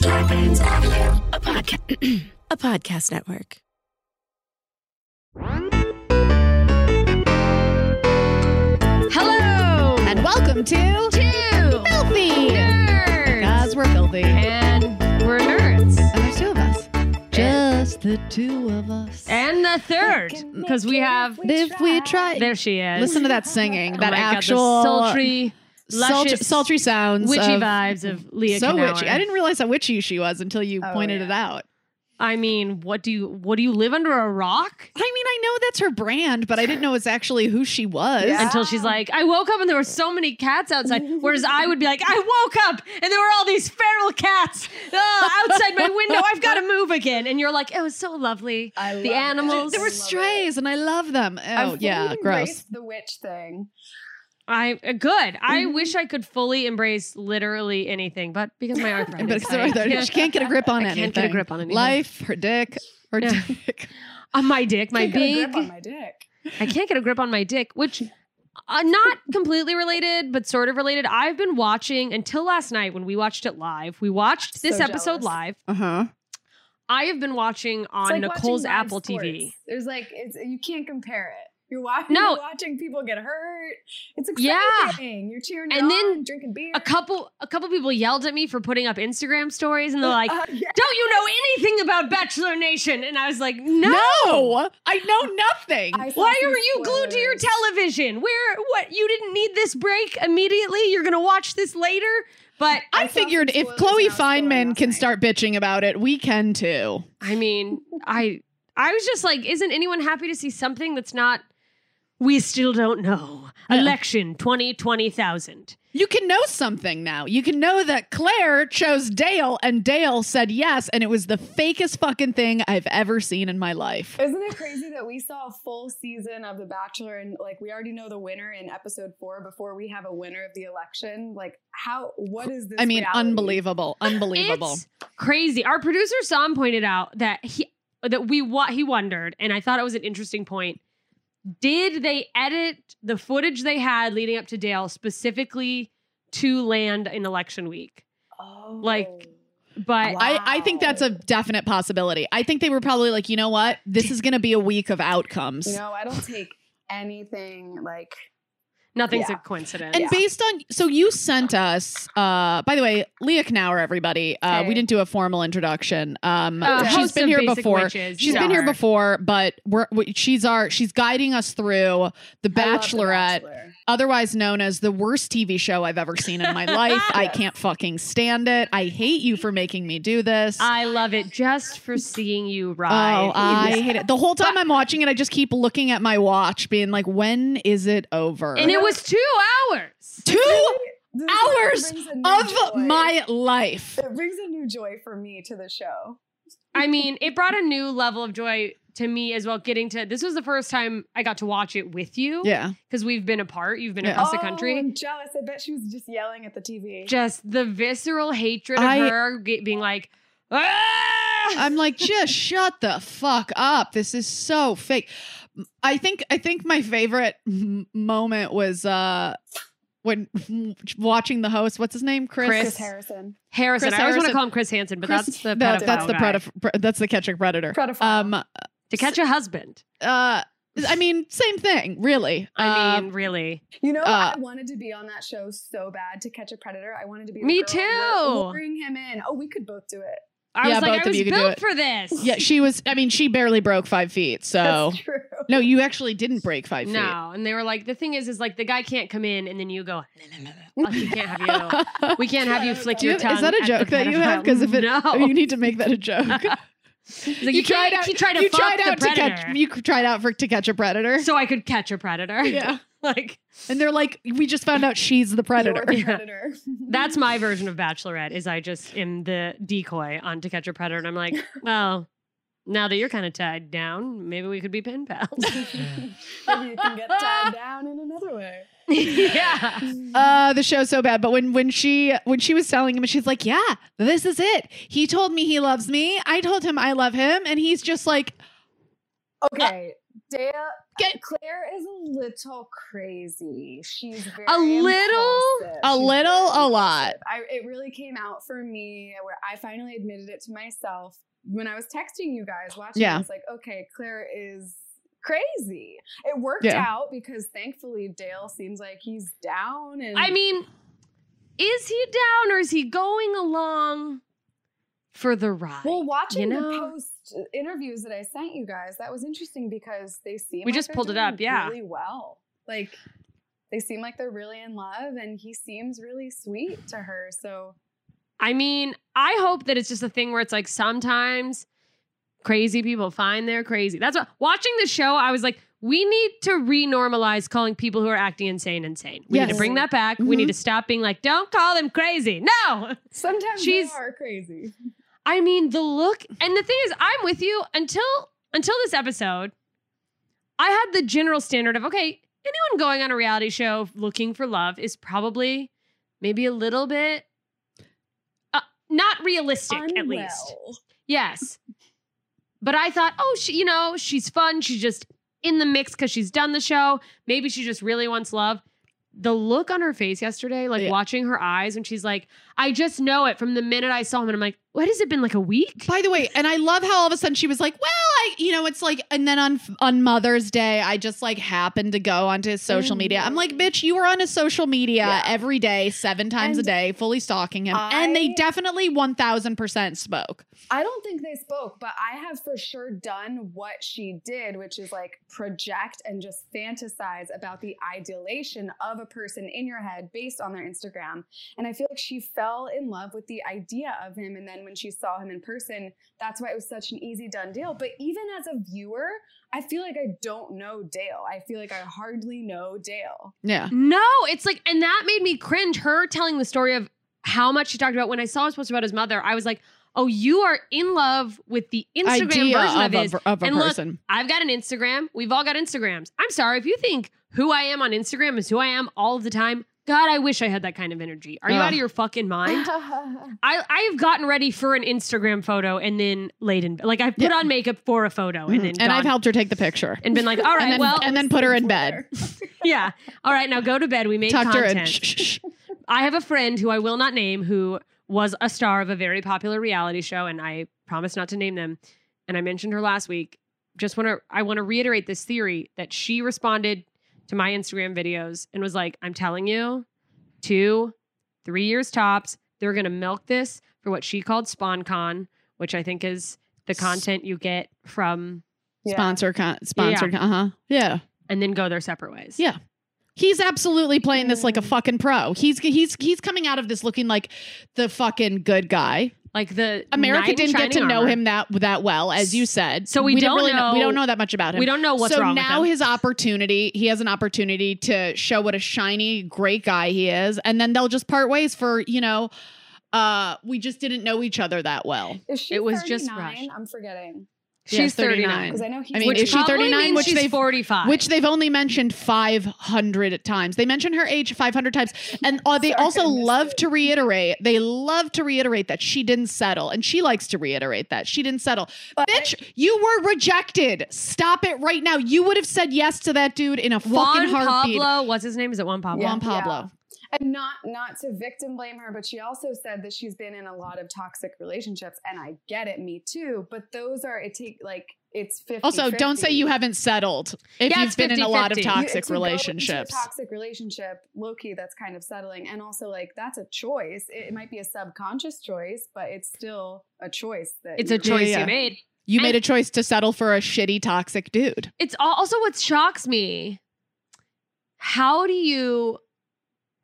Scarpins Avenue, a, podca- a podcast network. Hello And welcome to two Filthy nerds, Because we're filthy. And and we're nerds, there's two of us. And- Just the two of us. and the third because we have. if we try. There she is. Listen to that singing, Oh that my God, the actual sultry, sultry, luscious, sultry sounds. witchy of- vibes of Leah. So Knauer. witchy. I didn't realize how witchy she was until you Oh, pointed it out. I mean, what do you? What do you live under a rock? I mean, I know that's her brand, but I didn't know it's actually who she was. Yeah. Until she's like, I woke up and there were so many cats outside. Whereas I would be like, I woke up and there were all these feral cats uh, outside my window. I've got to move again. And you're like, it was so lovely. I love The it. animals. There were Love it. strays, and I love them. I Oh, fully yeah, gross. embraced The witch thing. I uh, good. I Mm-hmm. wish I could fully embrace literally anything, but because my arthritis, But I she can't get a grip on I anything. can't get a grip on anything. Life, her dick, her Yeah. dick. on Uh, my dick, my Can't get a grip big. on my dick. I can't get a grip on my dick, which. Uh, not completely related, but sort of related. I've been watching until last night when we watched it live. We watched So this episode jealous. live. Uh huh. I have been watching It's on like Nicole's watching live Apple TV. sports. There's like it's you can't compare it. You're watching. No. You're watching people get hurt. It's Yeah. exciting. You're cheering. And it then on, drinking beer. A couple, a couple people yelled at me for putting up Instagram stories, and they're like, Uh, yeah. "Don't you know anything about Bachelor Nation?" And I was like, "No, No, I know nothing. I saw Why some are you glued to your spoilers. television? Where what you didn't need this break immediately. You're gonna watch this later. But I, I saw figured some if spoilers Chloe when I was going Feynman last can night. start bitching about it, we can too. I mean, I I was just like, isn't anyone happy to see something that's not we still don't know. Yeah. Election 2020,000. You can know something now. You can know that Claire chose Dale and Dale said yes, and it was the fakest fucking thing I've ever seen in my life. Isn't it crazy that we saw a full season of The Bachelor and like we already know the winner in episode four before we have a winner of the election? Like, how? What is this? I mean, reality? unbelievable. Unbelievable. It's crazy. Our producer Sam pointed out that he that we what he wondered, and I thought it was an interesting point. Did they edit the footage they had leading up to Dale specifically to land in election week? Oh. like, But I, I think that's a definite possibility. I think they were probably like, you know what? This is going to be a week of outcomes. You know, I don't take anything like Nothing's Yeah. a coincidence. And based on so you sent us uh by the way, Leah Knauer, everybody. Uh Hey. we didn't do a formal introduction. Um Uh, she's host been of here Basic before. Witches, She's you been know here her. before, but we're we, she's our she's guiding us through The I love The Bachelorette, Bachelor. otherwise known as the worst TV show I've ever seen in my life. I can't fucking stand it. I hate you for making me do this. I love it just for seeing you ride. Oh, I hate it. The whole time I'm watching it, I just keep looking at my watch, being like, when is it over? and it was two hours. two This hours brings a new of joy. my life. It brings a new joy for me to the show. I mean, it brought a new level of joy to me as well. Getting to this was the first time I got to watch it with you Yeah. because we've been apart. You've been Yeah. across the Oh, country. I'm jealous. I bet she was just yelling at the TV. Just the visceral hatred of I- her ge- being like, ah! I'm like, just shut the fuck up. This is so fake. I think I think my favorite m- moment was uh when watching the host. What's his name? Chris. Chris Chris Harrison. Harrison. Chris I always want Harrison- to call him Chris Hansen, but Chris- that's the that- pedophile that's the guy. predif- pre- that's the catching predator. Predator. Um, to catch a husband. uh, I mean, same thing, really. I mean, Um, really. You know, Uh, I wanted to be on that show so bad to catch a predator. I wanted to be. the Me girl who- too. who Bring him in. Oh, we could both do it. I Yeah, was like, both I of was you could do built it. for this. yeah, she was. I mean, she barely broke five feet. So That's true. no, you actually didn't break five feet. No, and they were like, the thing is, is like the guy can't come in, and then you go, no, no, no, no. we can't have you. We can't have you flick Do you your have- tongue. is that a at joke the that you have? Because if it, no, oh, you need to make that a joke. It's like, you, tried out, you tried to you fuck tried the out to catch. predator You tried out for to catch a predator. so I could catch a predator. yeah, like and they're like, we just found out she's the predator. You're the predator. that's my version of Bachelorette. Is I just am the decoy on to catch a predator, and I'm like, well, now that you're kind of tied down, maybe we could be pen pals. Maybe you can get tied down in another way. yeah. Uh, the show's so bad. But when when she when she was telling him, and she's like, yeah, this is it. He told me he loves me. I told him I love him, and he's just like, Okay, Dale, Get- Claire is a little crazy. She's very A little? impulsive. A She's little, very a lot. impulsive. I, it really came out for me where I finally admitted it to myself when I was texting you guys watching. Yeah. I was like, okay, Claire is crazy. It worked Yeah. out because thankfully Dale seems like he's down. And I mean, is he down or is he going along for the ride? Well, watching the know? post uh, interviews that I sent you guys, that was interesting because they seem We like just they're pulled it doing up, yeah. really well. Like they seem like they're really in love, and he seems really sweet to her. So I mean, I hope that it's just a thing where it's like sometimes crazy people find they're crazy. That's what watching the show, I was like, we need to renormalize calling people who are acting insane insane. We need Yes. to bring that back. We Mm-hmm. Mhm. need to stop being like, don't call them crazy. No. sometimes She's- they are crazy. I mean, the look and the thing is, I'm with you until until this episode. I had the general standard of okay, anyone going on a reality show looking for love is probably maybe a little bit uh, not realistic, at least. Unwell. Yes. But I thought, oh, she, you know, she's fun. She's just in the mix because she's done the show. Maybe she just really wants love. The look on her face yesterday, like Yeah. watching her eyes when she's like, I just know it from the minute I saw him. And I'm like, what has it been like a week? By the way, and I love how all of a sudden she was like, "Well, I, you know, it's like," and then on on Mother's Day, I just like happened to go onto his social media. I'm like, "Bitch, you were on his social media Mm. Yeah. every day, seven times And a day, fully stalking him." and they I- definitely one thousand percent spoke. I don't think they spoke, but I have for sure done what she did, which is like project and just fantasize about the idealization of a person in your head based on their Instagram. And I feel like she fell in love with the idea of him. And then when she saw him in person, that's why it was such an easy done deal. But even as a viewer, I feel like I don't know Dale. I feel like I hardly know Dale. Yeah, No, it's like, and that made me cringe. Her telling the story of how much she talked about when I saw his post about his mother, I was like, oh, you are in love with the Instagram idea version of of, his. a, of a and look, person. I've got an Instagram. We've all got Instagrams. I'm sorry if you think who I am on Instagram is who I am all of the time. God, I wish I had that kind of energy. Are you Ugh. out of your fucking mind? I I have gotten ready for an Instagram photo and then laid in like I've put Yeah. on makeup for a photo Mhm. oh, and then and I've gone- helped her take the picture. and been like, all right, then- well, and then put her in bed. yeah, all right, now go to bed. We made Tucked her in. content. Shh, shh, shh. I have a friend who I will not name who was a star of a very popular reality show, and I promise not to name them. And I mentioned her last week. Just want to I want to reiterate this theory that she responded to my Instagram videos and was like, "I'm telling you, two, three years tops, they're gonna milk this for what she called SpawnCon, which I think is the content you get from, Sponsor, con- sponsored. Uh huh. Yeah. and then go their separate ways." Yeah. He's absolutely playing this like a fucking pro. He's he's he's coming out of this looking like the fucking good guy. like the knight America in didn't get to shining know armor. him that that well, as you said. So we don't we know- don't know that much about him. We don't know what's so wrong. with now him. his opportunity, he has an opportunity to show what a shiny, great guy he is, and then they'll just part ways for you know, uh, we just didn't know each other that well. Is she It was just 39? rushed. I'm forgetting. she's Yes, 39. Because I know he's mean, which is she probably 39? means Which she's they've- 45. Which they've only mentioned 500 times. They mention her age 500 times. And uh, they Sorry, also I missed love it. to reiterate, they love to reiterate that she didn't settle. And she likes to reiterate that she didn't settle. But- Bitch, you were rejected. Stop it right now. You would have said yes to that dude in a Juan fucking heartbeat. Pablo, what's his name? Is it Juan Pablo? Yeah. Juan Pablo. and not not to victim blame her but she also said that she's been in a lot of toxic relationships and i get it me too but those are it take like it's 50 Also, don't say you haven't settled if Yeah, you've it's been in a lot of 50-50. toxic to go into a relationships. toxic relationship low-key that's kind of settling and also like that's a choice it, it might be a subconscious choice but it's still a choice that It's a you- Yeah, choice yeah. you made. You And- made a choice to settle for a shitty toxic dude. It's al- also what shocks me. How do you,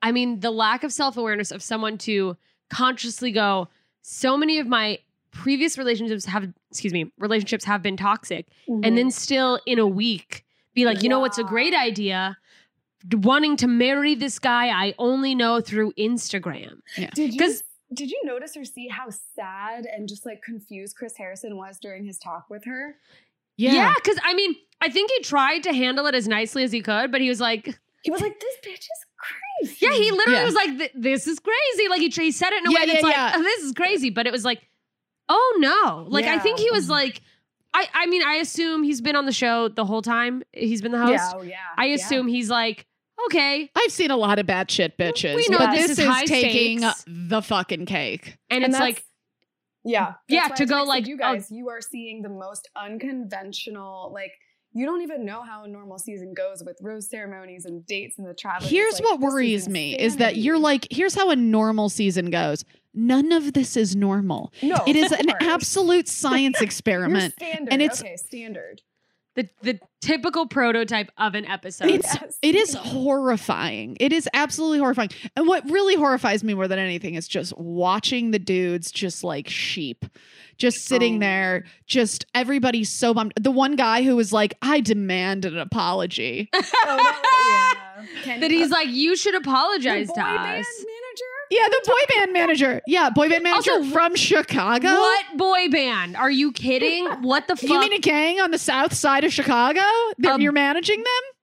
I mean, the lack of self awareness of someone to consciously go, so many of my previous relationships have, excuse me, relationships have been toxic. Mhm. and then Mm-hmm. still in a week be like, you know what's a Yeah. great idea? D- Wanting to marry this guy I only know through Instagram. Did you 'Cause- did you notice or see how sad and just like confused Chris Harrison was during his talk with her? Yeah, because I mean, I think he tried to handle it as nicely as he could, but he was like, He was like, "This bitch is crazy." yeah, he literally Yeah. was like, "Th- this is crazy. Like he, tr- he said it in a Yeah, way that's yeah, like, yeah. "Oh, this is crazy, but it was like, oh no. Like I Yeah. think he was like, I, I mean, I assume he's been on the show the whole time. He's been the host. Yeah, oh, yeah. I yeah. assume he's like, okay, I've seen a lot of bad shit bitches, We know but this this, is is, high taking stakes. the fucking cake. And and, it's that's- like, yeah, That's Yeah, why to I go texted like, you oh- guys, you are seeing the most unconventional. Like you don't even know how a normal season goes with rose ceremonies and dates and the travel. Here's what worries me is that you're like, here's how a normal season goes. None of this is normal. no, It is Oh, of an course. absolute science You're experiment. standard. and it's- okay, standard. the the typical prototype of an episode. It's- Yes. Oh, It is horrifying. It is absolutely horrifying. And what really horrifies me more than anything is just watching the dudes just like sheep, just sitting Oh. there, just everybody's so bummed. The one guy who was like, I demand an apology. Oh, that- yeah. Can that you- he's like, you should The apologize boy to band us. manager. yeah, the boy band manager. Yeah, boy band manager Also, from Chicago. What boy band? Are you kidding? What the fuck? You mean a gang on the south side of Chicago? That Um, you're managing them?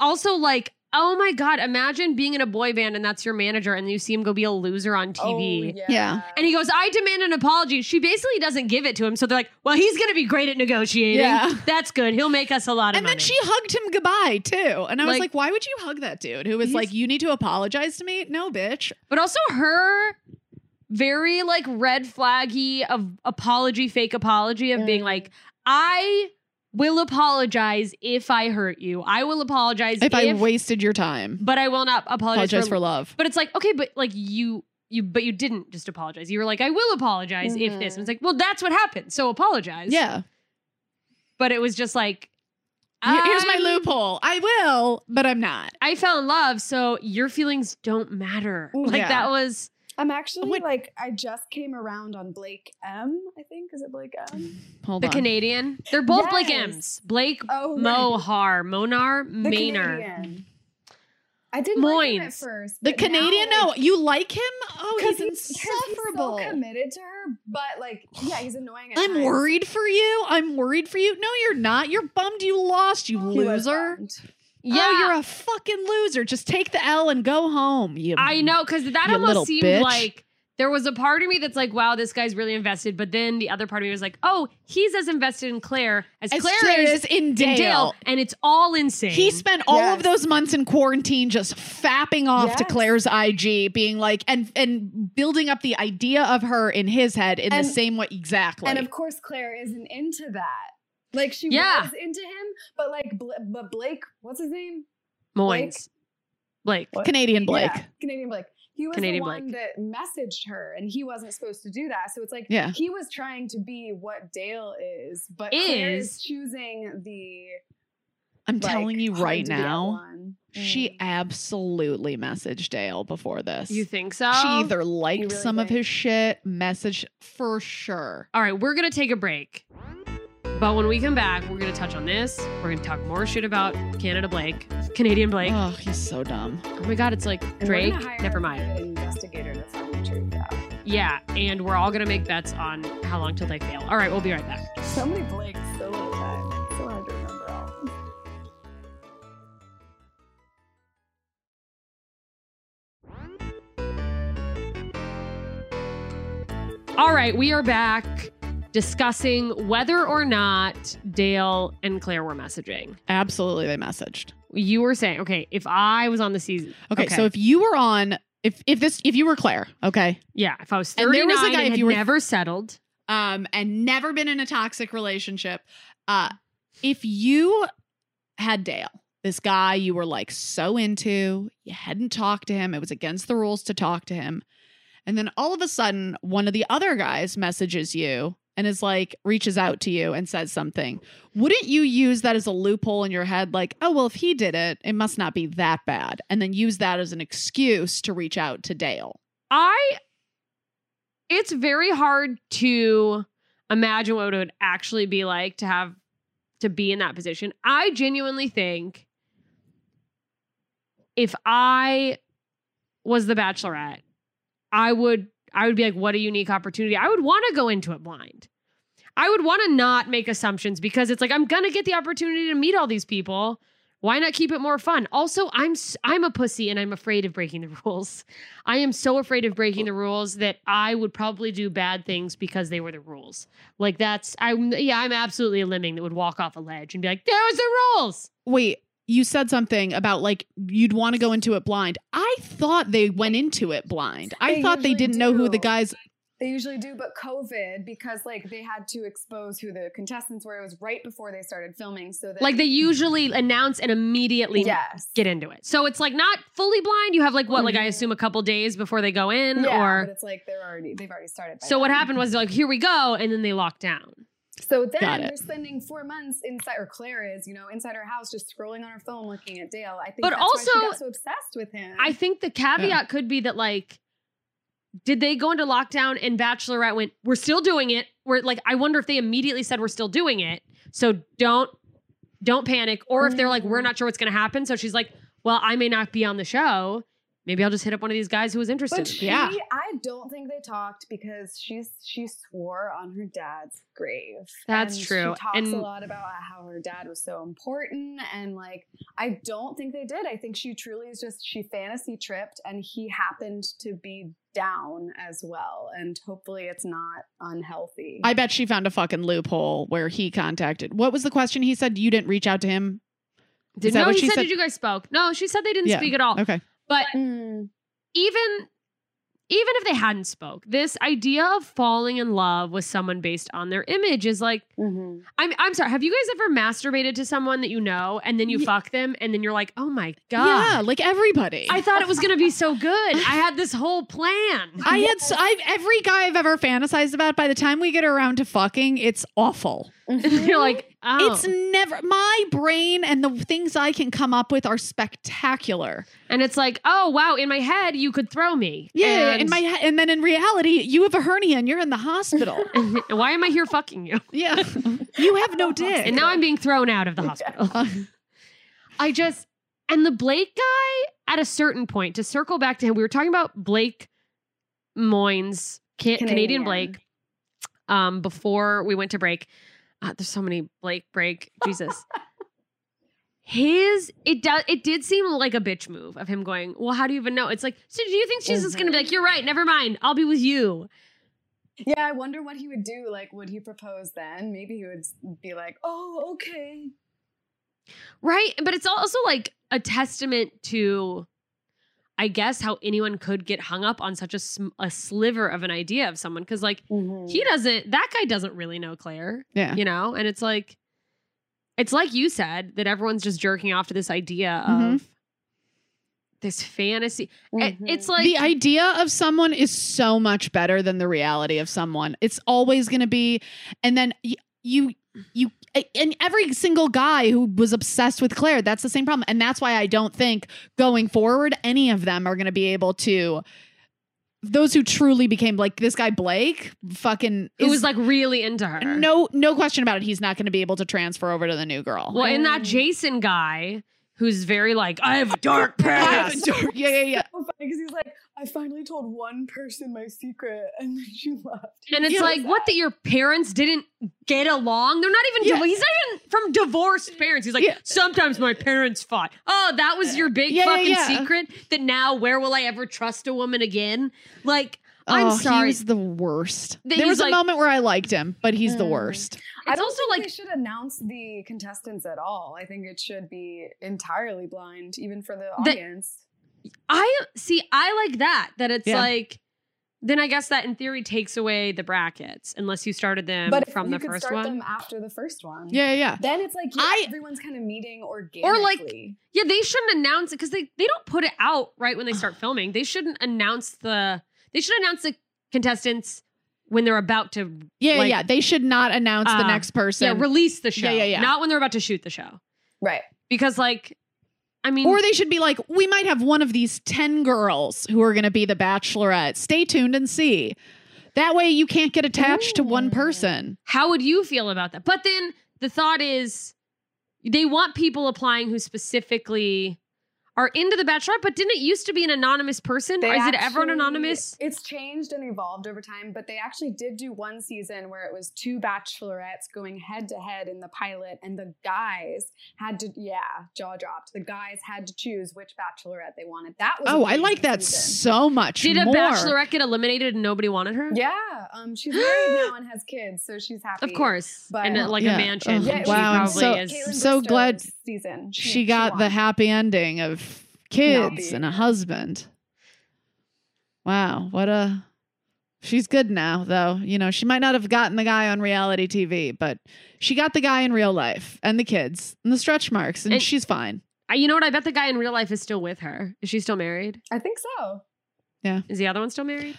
also, like, oh my god, imagine being in a boy band and that's your manager, and you see him go be a loser on TV. Oh, yeah. Yeah. And he goes, I demand an apology. She basically doesn't give it to him. So they're like, well, he's going to be great at negotiating. Yeah. That's good. He'll make us a lot of And money. then she hugged him goodbye too. And I was Like- like, why would you hug that dude who was He's- like, you need to apologize to me? No, bitch. But also her very like red flaggy of apology, fake apology of being Mm. like, I will apologize if I hurt you. I will apologize if, if I wasted your time, but I will not apologize, apologize for, for love. But it's like, okay, but like you you but you didn't just apologize. You were like, I will apologize if this. And it's like, well, that's what happened. So apologize. Mm-hmm. Yeah. But it was just like Here- Here's my I'm- loophole. I will, but I'm not. I fell in love, so your feelings don't matter. Ooh, Like yeah. that was I'm actually What- like I just came around on Blake M. I think is it Blake M? Hold the on. Canadian. They're both Blake Yes. M's. Blake Oh, Mohar, Monar, The Ah, Maynard. Canadian. I didn't like him at Moines. first. The but now, Canadian, like, no, you like him? Oh, Because he's he's, 'cause he's so insufferable. committed to her, but like, yeah, he's annoying. At I'm times. worried for you. I'm worried for you. No, you're not. You're bummed you lost, you He was loser. bummed. Ah. Yeah, Oh, you're a fucking loser. Just take the L and go home. You I know, because that You little almost seemed bitch. like there was a part of me that's like, wow, this guy's really invested. But then the other part of me was like, oh, he's as invested in Claire as, As Claire, Claire is, is in in Dale. Dale. And it's all insane. He spent all of Yes. those months in quarantine just fapping off to Yes. Claire's IG, being like, and and building up the idea of her in his head in And- the same way exactly. And of course, Claire isn't into that. Like she Yeah. was into him, but like, Bla- but Blake, what's his name? Moines. Blake. What? Canadian Blake. Yeah, Canadian Blake. He was Canadian the one that messaged her, and he wasn't supposed to do that. So it's like Yeah. he was trying to be what Dale is, but Claire is, Is. choosing the. I'm like, telling you hard right to get now, one. she Mm. absolutely messaged Dale before this. Oh, You think so? she either liked really some of think? his shit, messaged for sure. All right, we're gonna take a break. But when we come back, we're gonna touch on this. We're gonna talk more shit about Canada Blake, Canadian Blake. Oh, he's so dumb. oh my god, it's like And we're Drake. gonna hire Never mind. An investigator to find the truth out. Yeah, and we're all gonna make bets on how long till they fail. All right, we'll be right back. So many Blakes, so little time. So hard to remember all. All right, we are back discussing whether or not Dale and Claire were messaging. Absolutely, they messaged. You were saying, okay, if I was on the season, Okay, Okay. so if you were on, if if this, if you were Claire, okay, yeah, if I was And there thirty-nine was a and, guy, if had you were- never settled, um, and never been in a toxic relationship, uh, if you had Dale, this guy you were like so into, you hadn't talked to him, it was against the rules to talk to him, and then all of a sudden, one of the other guys messages you and is like reaches out to you and says something. Wouldn't you use that as a loophole in your head, like, oh well, if he did it, it must not be that bad, and then use that as an excuse to reach out to Dale? I it's very hard to imagine what it would actually be like to have to be in that position. I genuinely think if I was the bachelorette, I would I would be like what a unique opportunity. I would want to go into it blind. I would want to not make assumptions because it's like I'm going to get the opportunity to meet all these people Why not keep it more fun? Also, I'm s- I'm a pussy and I'm afraid of breaking the rules. I am so afraid of breaking the rules that I would probably do bad things because they were the rules. Like that's I'm yeah, I'm absolutely a lemming that would walk off a ledge and be like, "There was the rules." Wait, you said something about like you'd want to go into it blind. I thought they went into it blind. I They thought they usually didn't know who the do. guys. They usually do, but COVID, because like they had to expose who the contestants were, it was right before they started filming. So that Like they usually announce and immediately yes. get into it. So it's like not fully blind. You have like what like I assume a couple days before they go in Mm-hmm. yeah, but or it's like they're already they've already started. by so what then. happened was like here we go and then they locked down. So Got then it. we're spending four months inside, or Claire is, you know, inside her house, just scrolling on her phone, looking at Dale. I think, But that's also why she also- got so obsessed with him. I think the caveat could be that like, did they go into lockdown and Bachelorette went, we're still doing it. We're like, I wonder if they immediately said we're still doing it. So don't don't panic. Or if they're like, Mm. we're not sure what's gonna happen. So she's like, Well, I may not be on the show. Maybe I'll just hit up one of these guys who was interested. in but me." she, Yeah. I don't think they talked because she's she swore on her dad's grave. That's And true. She talks And- a lot about how her dad was so important, and like I don't think they did. I think she truly is just she fantasy tripped, and he happened to be down as well. And hopefully, it's not unhealthy. I bet she found a fucking loophole where he contacted. What was the question? He said you didn't reach out to him. Did, that no, what he she said, said? did you guys spoke? No, she said they didn't Yeah. speak at all. Okay. But Mm. even even if they hadn't spoke, this idea of falling in love with someone based on their image is like Mhm. I'm I'm sorry. Have you guys ever masturbated to someone that you know and then you Ye- fuck them and then you're like, oh my god, Yeah, like everybody. I thought it was gonna be so good. I had this whole plan. I had s I've every guy I've ever fantasized about. By the time we get around to fucking, it's awful. you're like, oh, It's never my brain and the things I can come up with are spectacular. and it's like, oh wow. In my head, you could throw me. Yeah, And in my he- and then in reality, you have a hernia and you're in the hospital. why am I here fucking you? yeah, you have no dick. And now I'm being thrown out of the hospital. Uh, I just and the Blake guy at a certain point to circle back to him. We were talking about Blake Moynes, Ca- Canadian, Canadian. Blake, um, before we went to break. Uh, there's so many Blake break Jesus. His it does it did seem like a bitch move of him going. Well, how do you even know? It's like so. Do you think she's just gonna be like, you're right, never mind, I'll be with you. Yeah, I wonder what he would do. Like, would he propose then? Maybe he would s- be like, "Oh, okay." Right. But it's also like a testament to, I guess, how anyone could get hung up on such a, sm- a sliver of an idea of someone. Cause like he doesn't, that guy doesn't really know Claire, yeah, you know? And it's like, it's like you said that everyone's just jerking off to this idea of Mhm. this fantasy. It- It's like, Mm-hmm. the idea of someone is so much better than the reality of someone. It's always going to be, and then y- you you and every single guy who was obsessed with Claire, that's the same problem, and that's why I don't think going forward any of them are going to be able to. Those who truly became like this guy Blake, fucking who is- was like really into her. No, no question about it. He's not going to be able to transfer over to the new girl. Well, and that Jason guy who's very like, I have a dark Yeah, past. yeah, yeah, yeah. so funny because he's like, "I finally told one person my secret, and then she left." And it's Yeah. like, what that your parents didn't get along? They're not even, Yeah. div- he's not even from divorced parents. He's like, Yeah. sometimes my parents fought. Oh, that was your big Yeah, yeah, fucking yeah. secret that now where will I ever trust a woman again? Like, I'm Oh, He sorry. was the worst. That there he's was like- a moment where I liked him, but he's the Mm. worst. I it's don't also think like, they should announce the contestants at all. I think it should be entirely blind, even for the The- audience. I see, I like that, that it's Yeah. like, then I guess that in theory takes away the brackets unless you started them but if from you the could first start one. them after the first one, Yeah, yeah, yeah. then it's like you I- everyone's kind of meeting organically. Or, like, Yeah, they shouldn't announce it because they, they don't put it out right when they start filming. They shouldn't announce the they should announce the contestants when they're about to Yeah, yeah, Like- yeah. They should not announce Uh, the next yeah, person. release the show. yeah, yeah. Not when they're about to shoot the show. right. Because like I mean or they should be like, we might have one of these 10 girls who are going to be the bachelorette. Stay tuned and see. That way you can't get attached to one Ooh. person. how would you feel about that? But then the thought is they want people applying who specifically are into the Bachelorette, but didn't it used to be an anonymous person? They Or is it ever an actually- anonymous? It's changed and evolved over time, but they actually did do one season where it was two bachelorettes going head to head in the pilot, and the guys had to, yeah, jaw dropped. The guys had to choose which bachelorette they wanted. That was. Oh, a I crazy like that season. so much. Did a more. Bachelorette get eliminated and nobody wanted her? Yeah, um, she's married now and has kids, so she's happy. Of course. But- and uh, like Yeah. a Ugh, mansion. Yeah, it she was wow, I'm probably so- is. Caitlyn so glad Bristowe's season. She got the won. happy ending of kids Penelope. and a husband. Wow, what a She's good now though. You know, she might not have gotten the guy on reality TV, but she got the guy in real life and the kids and the stretch marks and And- she's fine. I- you know what? I bet the guy in real life is still with her. Is she still married? I think so. Is the other one still married?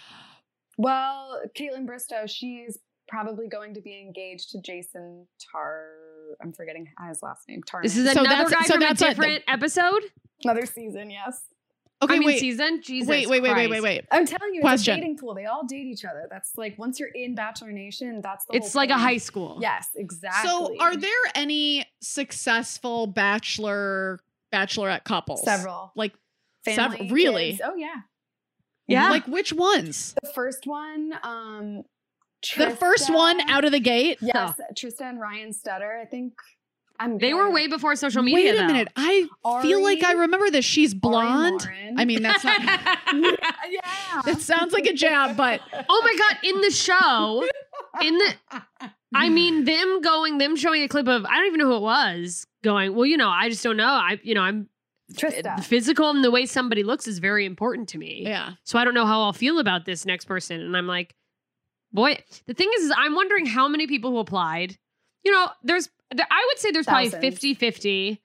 Well, Caitlin Bristow, she's probably going to be engaged to Jason Tar. I'm forgetting his last name. Tar. This is So another that's- guy so from a that's a- different episode. another season. Yes. Okay, I mean, wait. season. Jesus. wait, wait, wait, wait, wait, Christ. wait. I'm telling you, Question. it's a dating pool. They all date each other. That's like once you're in Bachelor Nation, that's the. It's whole like a thing. high school. Yes, exactly. So, are there any successful bachelor bachelorette couples? several Like family? several- really? kids. Oh yeah. Yeah. Like which ones? The first one. Um, The first one Tristan- out of the gate? Yes, Tristan Ryan Stutter. I think. I'm. They were way before social media. Wait a though. minute. I feel like I Ari- remember this. She's blonde. I mean, that's not. oh Yeah. that sounds like a jab, but my god! In the show, in the, I mean, them going, them showing a clip of, I don't even know who it was. Going, well, you know, I just don't know. I, you know, I'm the Trista. physical and the way somebody looks is very important to me. yeah. So I don't know how I'll feel about this next person. And I'm like, boy, the thing is, is I'm wondering how many people who applied. You know, there's, there, I would say there's probably Thousands. 50 50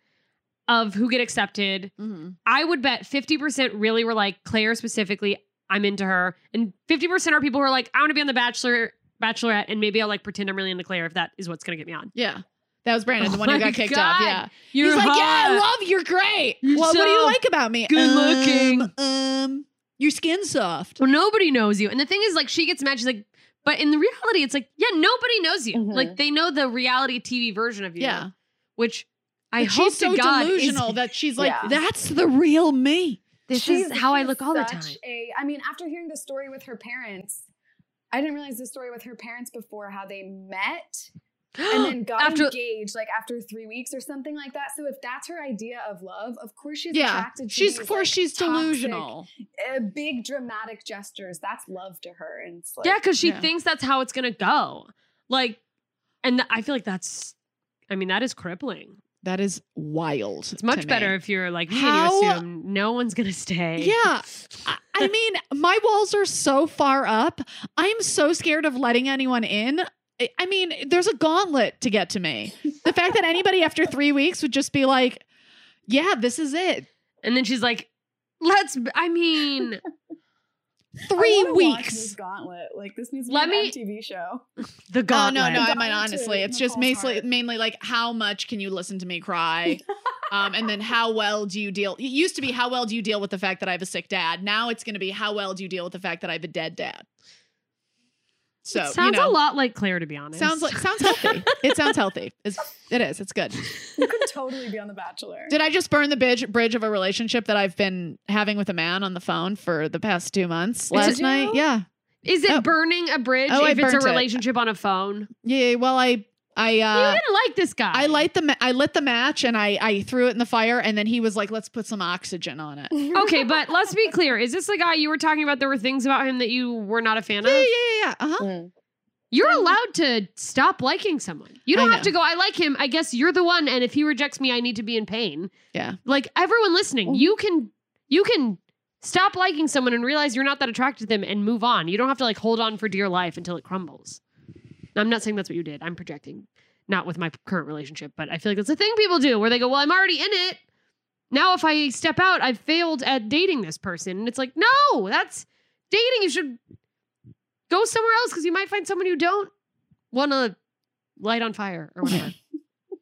of who get accepted. mm-hmm. I would bet 50% really were like, Claire specifically, I'm into her. And 50% are people who are like, I want to be on The Bachelor, Bachelorette, and maybe I'll like pretend I'm really into Claire if that is what's going to get me on. Yeah. That was Brandon, Oh the one who my got kicked God. off. Yeah. You're He's like, yeah, I hot." love you're great. You're well, what do you so like about me? good looking." Um, um, your skin's soft. Well, nobody knows you. And the thing is, like, she gets mad. She's like, but in the reality, it's like, yeah, nobody knows you. Mhm. Like, they know the reality TV version of you. Mm-hmm. Yeah. Which I But hope she's so to God is- delusional that she's like, Yeah. that's the real me. this She's- is how I she's look all the such time. A, I mean, after hearing the story with her parents, I didn't realize the story with her parents before how they met and then got After- engaged, like after three weeks or something like that. So if that's her idea of love, of course she's Yeah. attracted. To She's, these, of course, like, she's toxic, delusional. uh, big dramatic gestures. That's love to her, and it's like, yeah, because she Yeah. thinks that's how it's gonna go. Like, and th- I feel like that's, I mean, that is crippling. That is wild. It's much to me. better if you're like me and you How- assume no one's gonna stay. Yeah. I- I mean, my walls are so far up. I'm so scared of letting anyone in. I- I mean, there's a gauntlet to get to me. The fact that anybody after three weeks would just be like, yeah, this is it. And then she's like, let's. b- I mean, Oh, I Three wanna watch this weeks. gauntlet, like this needs to Let be me- an TV show. the Oh, gauntlet. no, no. I Gauntlet mean, to honestly, it's just Nicole's mainly, heart. mainly like, how much can you listen to me cry? Um, and then how well do you deal? It used to be, how well do you deal with the fact that I have a sick dad? Now it's going to be, how well do you deal with the fact that I have a dead dad? So, it you sounds know. a lot like Claire, to be honest. Sounds like sounds healthy. it sounds healthy. It's, it is. It's good. You could totally be on The Bachelor. Did I just burn the bridge bridge of a relationship that I've been having with a man on the phone for the past two months? Did Last you? night, yeah, Is it Oh. burning a bridge Oh, I if it's a burnt it. relationship on a phone? yeah. Well, I I you uh, didn't like this guy. I light the ma- I lit the match and I I threw it in the fire and then he was like, let's put some oxygen on it. Okay, but let's be clear. Is this the guy you were talking about? There were things about him that you were not a fan Yeah, yeah, yeah, of. yeah. Uh huh. Mm. You're allowed to stop liking someone. You don't I have to go. I like him. I guess you're the one. And if he rejects me, I need to be in pain. Yeah. Like everyone listening, you can you can stop liking someone and realize you're not that attracted to them and move on. You don't have to like hold on for dear life until it crumbles. I'm not saying that's what you did. I'm projecting, not with my current relationship, but I feel like that's a thing people do where they go, "Well, I'm already in it. Now if I step out, I've failed at dating this person." And it's like, no, that's dating. You should go somewhere else because you might find someone you don't want to light on fire or whatever.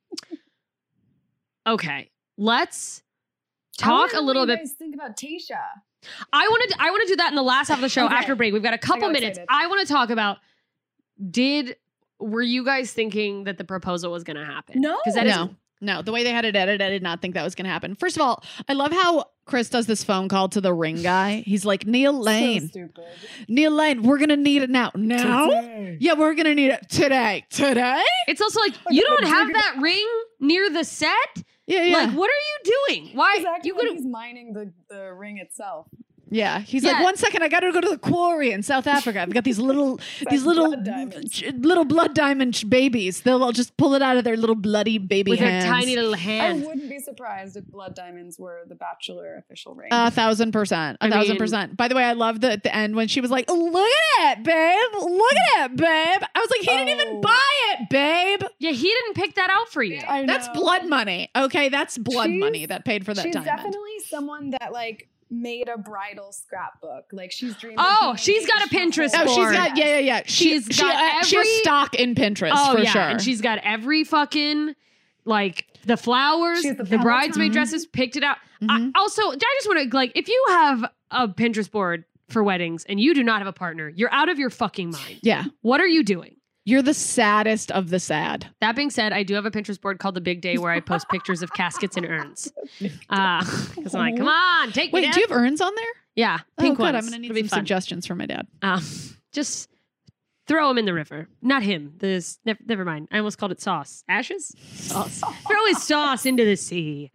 okay, let's I wanna talk know a what little you bit. Guys think about Tasha. I want to. I want to do that in the last half of the show Okay. after break. We've got a couple got minutes. excited. I want to talk about. Did were you guys thinking that the proposal was going to happen? No. because that is No. No, the way they had it edited, I did not think that was going to happen. First of all, I love how Chris does this phone call to the ring guy. He's like, Neil Lane, So stupid. Neil Lane, we're gonna need it now. Now? Yeah, we're gonna need it today. Today? It's also like you don't have that ring near the set. Yeah, yeah, Like, what are you doing? Why He's acting you like could he's mining the, the ring itself. yeah. He's Yeah. like, one second, I gotta go to the quarry in South Africa. I've got these little, these little, blood diamonds. ch- little blood diamond ch- babies. They'll all just pull it out of their little bloody baby with hands. her tiny little I hand? wouldn't be surprised if blood diamonds were the bachelor official ring. A thousand percent. A I thousand mean- percent. By the way, I love the at the end when she was like, "Look at it, babe! Look at it, babe!" I was like, "He didn't even Oh. buy it, babe. Yeah, he didn't pick that out for you. I That's know. blood money. Okay, that's blood She's- money that paid for that she's diamond. definitely someone that like made a bridal scrapbook. Like she's dreaming. Oh, she's got a Pinterest oh, she's board. got yeah, yeah, yeah. She, She's she, got uh, she every- has stock in Pinterest oh for yeah, sure. and she's got every fucking like the flowers, She's the, the Valentine. bridesmaid dresses, picked it out. Mhm. I, also, I just want to like if you have a Pinterest board for weddings and you do not have a partner, you're out of your fucking mind. yeah, What are you doing? you're the saddest of the sad. That being said, I do have a Pinterest board called The Big Day where I post pictures of caskets and urns. Because I'm like, come on, take Wait, me down. do you have urns on there? yeah, pink oh, good. ones. I'm gonna need It'll some be fun. suggestions for my dad. Um, just throw him in the river. Not him. This never, never mind. I almost called it sauce. Ashes. Sauce. throw his sauce into the sea.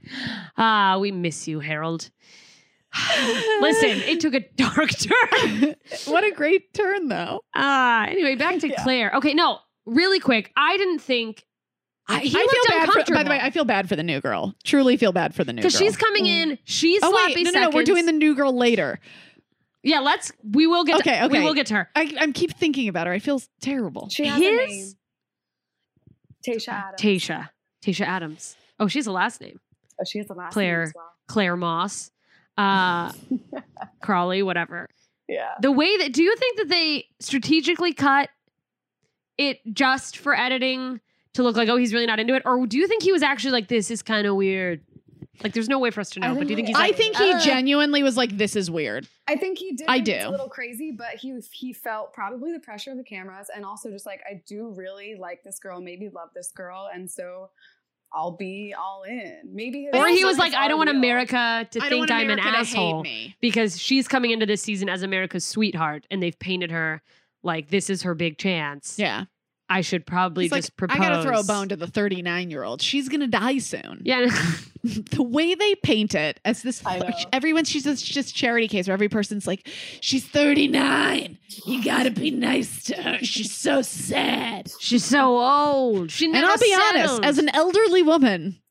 Ah, we miss you, Harold. Listen, it took a dark turn. what a great turn, though. Ah, anyway, back to Yeah. Claire. Okay, no, really quick. I didn't think. I, he I looked feel bad for. uncomfortable. By the way, I feel bad for the new girl. Truly feel bad for the new girl. because she's coming in. She's Oh sloppy wait, no, no, no, we're seconds. doing the new girl later. yeah. Let's. We will get. Okay, to, We okay. will get to her. I, I keep thinking about her. I feel terrible. She has His a name. Tasha Adams. Tasha. Tasha Adams. Oh, she's a last name. oh, she has a last Claire. name as well. Claire Moss. Uh, Crawley. Whatever. Yeah. The way that. Do you think that they strategically cut it just for editing to look like oh he's really not into it, or do you think he was actually like this is kind of weird? Like there's no way for us to know. But do you think he's? I Like, think he uh, genuinely was like, "This is weird." I think he did. I think do. It's a little crazy, but he he felt probably the pressure of the cameras, and also just like I do really like this girl, maybe love this girl, and so I'll be all in. Maybe his, or he also was his like, I don't want audio- America to I don't think want I'm America an to hate asshole. me. because she's coming into this season as America's sweetheart, and they've painted her like this is her big chance. Yeah, I should probably He's like, just propose. I gotta throw a bone to the 39 year old. She's gonna die soon. Yeah, the way they paint it as this I know. everyone she's just, just charity case where every person's like she's 39 you gotta be nice to her she's so sad she's so old. She never and i'll be honest settled. as an elderly woman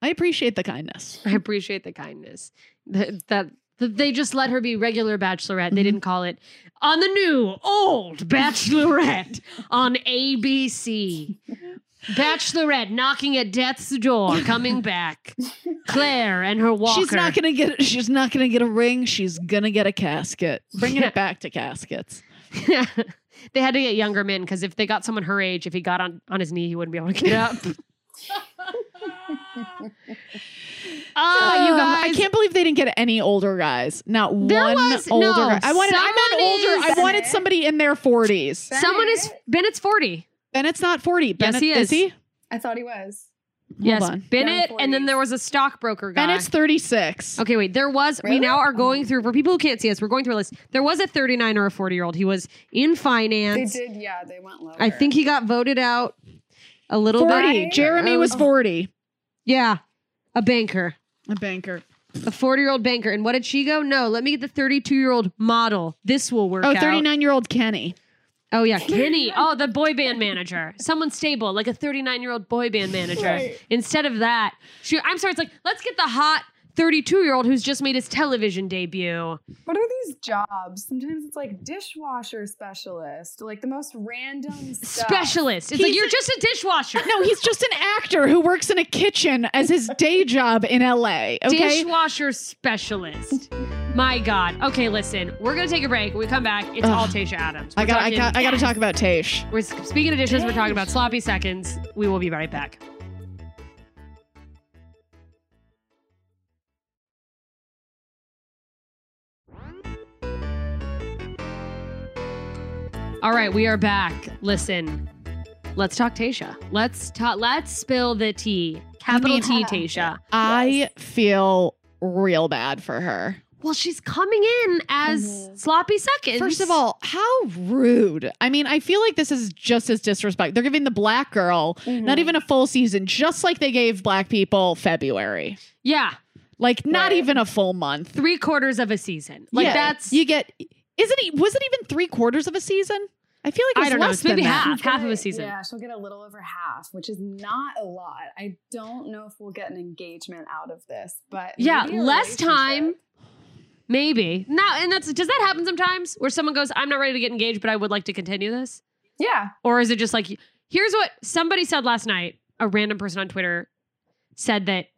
i appreciate the kindness I appreciate the kindness that, that that they just let her be regular bachelorette. They Mhm. didn't call it on the new old bachelorette on ABC. Bachelorette knocking at death's door, coming back. Claire and her walker. she's not gonna get she's not gonna get a ring she's gonna get a casket bringing Yeah. it back to caskets they had to get younger men because if they got someone her age, if he got on, on his knee, he wouldn't be able to get up. Ah, you Um, guys. I can't believe they didn't get any older guys. Not There one was- older no, guy. I wanted I someone meant older. I is- wanted somebody in their 40s. Someone is Bennett's forty. Bennett's not 40. Bennett he is. is he? I thought he was. yes, on. Bennett, Young and then 40s. there was a stockbroker guy. And it's 36. Okay, wait. There was. We Really? now are going Oh. through for people who can't see us. We're going through a list. There was a 39 or a 40 year old. He was in They finance. did, yeah. They went lower. I think he got voted out a little 40. bit. Jeremy was Oh. 40. Yeah, a banker, A banker. a 40 year old banker. And what did she go? No, let me get the 32 year old model. This will work. Oh, out. 39 year old Kenny. Oh yeah, Kenny. Oh, the boy band manager. Someone stable, like a 39 year old boy band manager. Right. Instead of that, she, I'm sorry. It's like let's get the hot 32 year old who's just made his television debut. What are these jobs? Sometimes it's like dishwasher specialist, like the most random stuff. Specialist. It's like He's- you're just a dishwasher. No, he's just an actor who works in a kitchen as his day job in LA. Okay. Dishwasher specialist. My God. Okay, listen. We're gonna take a break. When we come back. It's Ugh. all Tasha Adams. I We're got, I talking- got, I got to talk about Taish. We're speaking of dishes. We're talking about sloppy seconds. We will be right back. All right, we are back. Listen, let's talk Tasha. Let's talk. Let's spill the tea. Capital mean- T, Tasha. I feel real bad for her. Well, she's coming in as Mhm. sloppy seconds. Mm-hmm. First of all, how rude. I mean, I feel like this is just as disrespect. They're giving the black girl Mm-hmm. not even a full season, just like they gave black people February. yeah, Like not Right. even a full month. three quarters of a season. Like Yeah, that's you get isn't it was it even three quarters of a season? I feel like I it was don't know, less it's maybe than that. half. She's gonna- of a season. Yeah, she'll get a little over half, which is not a lot. I don't know if we'll get an engagement out of this, but Yeah, maybe a less time. relationship. Maybe now, and that's does that happen sometimes where someone goes, "I'm not ready to get engaged, but I would like to continue this," Yeah, or is it just like, "Here's what somebody said last night." A random person on Twitter said that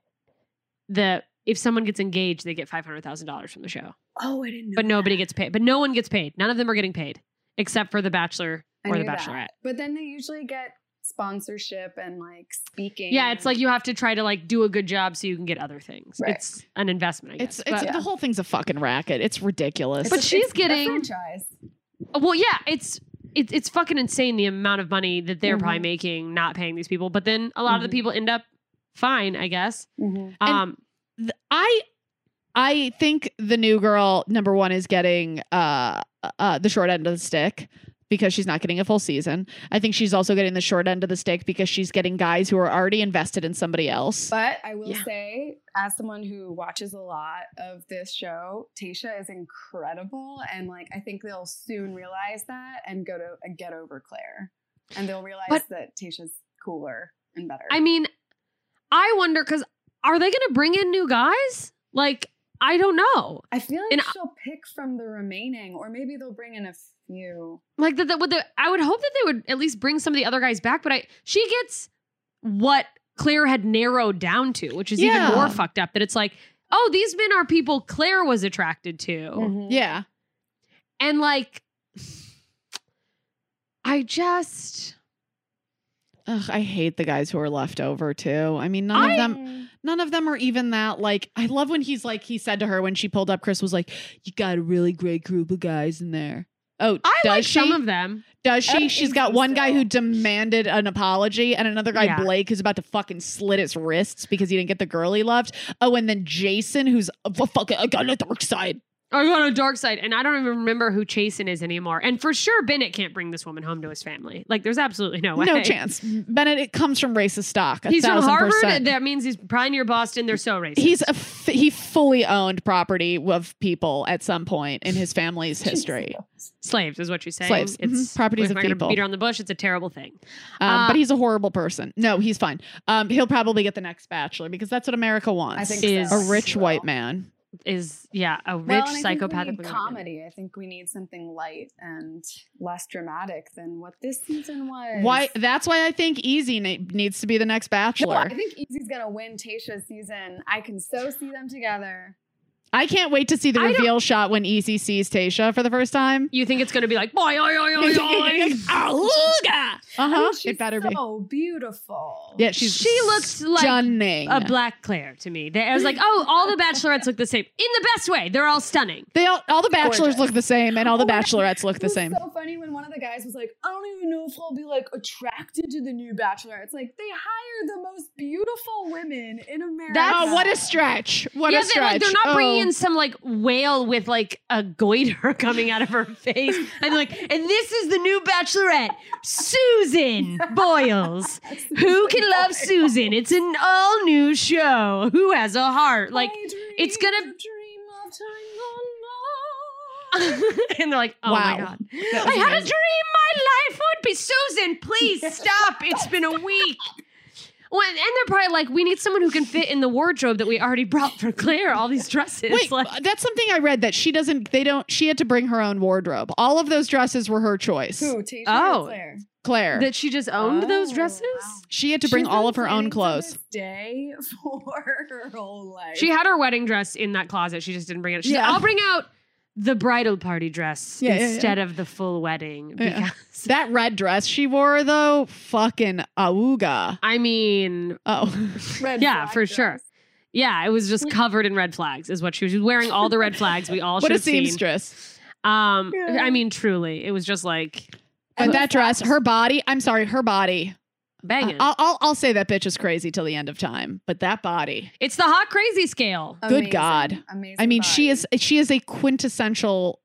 the if someone gets engaged, they get five hundred thousand dollars from the show, Oh, I didn't know. but nobody gets paid. But no one gets paid. None of them are getting paid except for the Bachelor I or the knew that. Bachelorette. But then they usually get sponsorship and like speaking. Yeah, it's like you have to try to like do a good job so you can get other things. Right. It's an investment, I guess. It's, it's but, Yeah. the whole thing's a fucking racket. It's ridiculous. But a- she's a getting- franchise. well, yeah, it's it, it's fucking insane the amount of money that they're Mm-hmm. probably Mhm. making not paying these people. But then a lot of the Mhm. people end up fine, I guess. Mhm. And- Um, th- I I think the new girl number one is getting uh uh the short end of the stick because she's not getting a full season. I think she's also getting the short end of the stick because she's getting guys who are already invested in somebody else. But I will Yeah. say, as someone who watches a lot of this show, Tasha is incredible, and like I think they'll soon realize that and go to and get over Claire, and they'll realize But- that Tasha's cooler and better. I mean, I wonder because are they going to bring in new guys? Like, I don't know. I feel like and I- she'll pick from the remaining, or maybe they'll bring in a few. Like that, that would the I would hope that they would at least bring some of the other guys back. But I she gets what Claire had narrowed down to, which is Yeah. even more fucked up. That it's like, oh, these men are people Claire was attracted to. Oh. Mm-hmm. Mm-hmm. yeah. And like, I just, Ugh, I hate the guys who are left over too. I mean, none of them Mm-hmm. none of them are even that like I love when he's like he said to her when she pulled up Chris was like, "You got a really great group of guys in there." Oh, I does like she? some of them. Does she? Evan She's is got the one guy who still. demanded an apology, and another guy, Yeah. Blake, who's about to fucking slit his wrists because he didn't get the girl he loved. Oh, and then Jason, who's oh, fuck it, I got the dark side. I got a dark side, and I don't even remember who Chasen is anymore. And for sure, Bennett can't bring this woman home to his family. Like, there's absolutely no way. No chance. Bennett, it comes from racist stock. A He's from thousand Harvard. percent. That means he's probably near Boston. They're so racist. He's a f- he fully owned property of people at some point in his family's history. slaves, is what you're saying. Slaves. Mhm. Properties if of I'm gonna people. Beat around the bush. It's a terrible thing. Um, Uh, but he's a horrible person. No, he's fine. Um, he'll probably get the next bachelor because that's what America wants. think Is- so. a rich She will. white man. Is yeah, a rich Well, and I think we psychopathic need comedy. I think we need something light and less dramatic than what this season was. Why? That's why I think Easy ne- needs to be the next Bachelor. No, I think Easy's gonna win Tasha's season. I can so see them together. I can't wait to see the I don't- reveal shot when Easy sees Tasha for the first time. You think it's gonna be like boy, oi, oi, oi, oi. Oh, Auga! Uh I mean, huh. she's It better be. so beautiful. Yeah, she's She looked like stunning. a black Claire to me. They, I was like, oh, all the bachelorettes look the same in the best way. They're all stunning. they all, all the bachelors Gorgeous. look the same, and all the Oh my God. bachelorettes look It the was same. So funny when one of the guys was like, "I don't even know if I'll be like attracted to the new Bachelor." It's like they hired the most beautiful women in America. That's- oh, what a stretch! What yeah, a they, stretch! like they're not bringing Oh. in some like whale with like a goiter coming out of her face, and like, and this is the new Bachelorette, Susan Boyles. Who can love Susan? It's an all new show. Who has a heart? Like, it's gonna- and they're like, oh Wow. my god, That I was had a amazing. dream. My life would be Susan. Please stop. It's been a week. Well, and they're probably like, we need someone who can fit in the wardrobe that we already brought for Claire. All these dresses. Wait, like, that's something I read that she doesn't. They don't. She had to bring her own wardrobe. All of those dresses were her choice. Who? Tasha Oh. or Claire? Claire. that she just owned those Oh, dresses. wow. she had to bring She's all been of her planning own for clothes. this Day for her whole life. She had her wedding dress in that closet. She just didn't bring it. She's Yeah. like, I'll bring out the bridal party dress Yeah, yeah, yeah. instead of the full wedding because Yeah. That red dress she wore, though, fucking auga. I mean, Oh, Red yeah, flag for sure. dress. Yeah, it was just covered in red flags, is what she was, she was wearing. All the red flags we all what should a have seen. seamstress! Um, Yeah. I mean, truly, it was just like But And that the dress, fact- her body. I'm sorry, her body. Banging. I'll, I'll I'll say that bitch is crazy till the end of time, but that body. it's the hot crazy scale. Good God. Amazing. I mean, she body. is she is a quintessential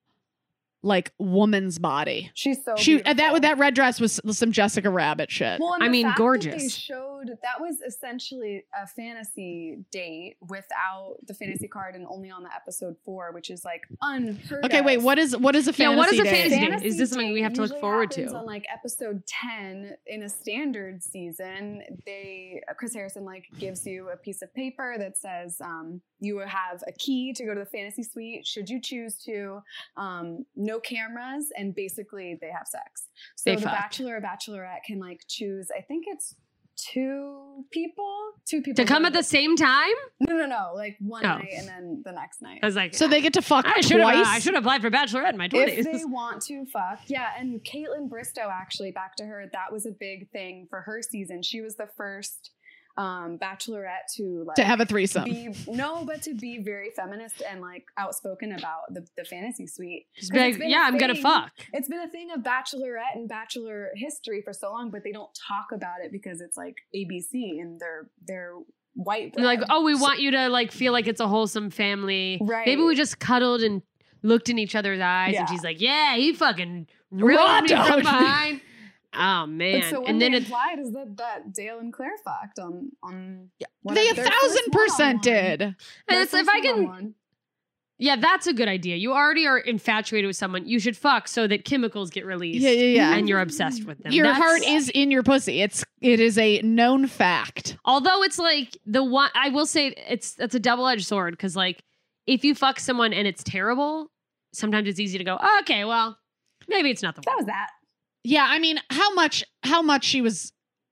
like woman's body. She's so. she beautiful. and that that red dress was some Jessica Rabbit shit. Well, and I the mean, fact That they gorgeous. showed that was essentially a fantasy date without the fantasy card and only on the episode four, which is like unheard. okay, of. wait, what is what is a Yeah, fantasy? what is a date? fantasy date? Is this something we have to look usually forward to? happens On like episode ten in a standard season, they uh, Chris Harrison like gives you a piece of paper that says um, you have a key to go to the fantasy suite should you choose to. Um, no cameras, and basically they have sex. So They the fuck. bachelor or bachelorette can like choose. I think it's two people, two people To come at the same time? No, no, no. Like one Oh. night and then the next night. I was like, So they get to fuck I should have I twice. should have applied for bachelorette in my if they twenties. want to fuck yeah and caitlin bristow actually back to her that was a big thing for her season she was the first um bachelorette to like to have a threesome. be no but to be very feminist and like outspoken about the, the fantasy suite Just be like, it's been a yeah, I'm gonna thing. fuck. it's been a thing of bachelorette and bachelor history for so long but they don't talk about it because it's like abc and they're they're white They're like, bread. oh, we want you to like feel like it's a wholesome family. Right. Maybe we just cuddled and looked in each other's eyes, Yeah. and she's like, yeah, he fucking reeled Raw me from dog. behind. Oh But man! so what and then they it's implied is that that Dale and Claire fucked on on one They a of their first thousand percent one-on-one. did. and Their it's if first I can, one-on-one. yeah, that's a good idea. You already are infatuated with someone. You should fuck so that chemicals get released, Yeah, yeah, yeah. and you're obsessed with them. Your That's- heart is in your pussy. It's it is a known fact. Although it's like the one I will say it's that's a double edged sword because like if you fuck someone and it's terrible, sometimes it's easy to go, "Oh, okay, well, maybe it's not the That one. was that. Yeah, I mean, how much how much she was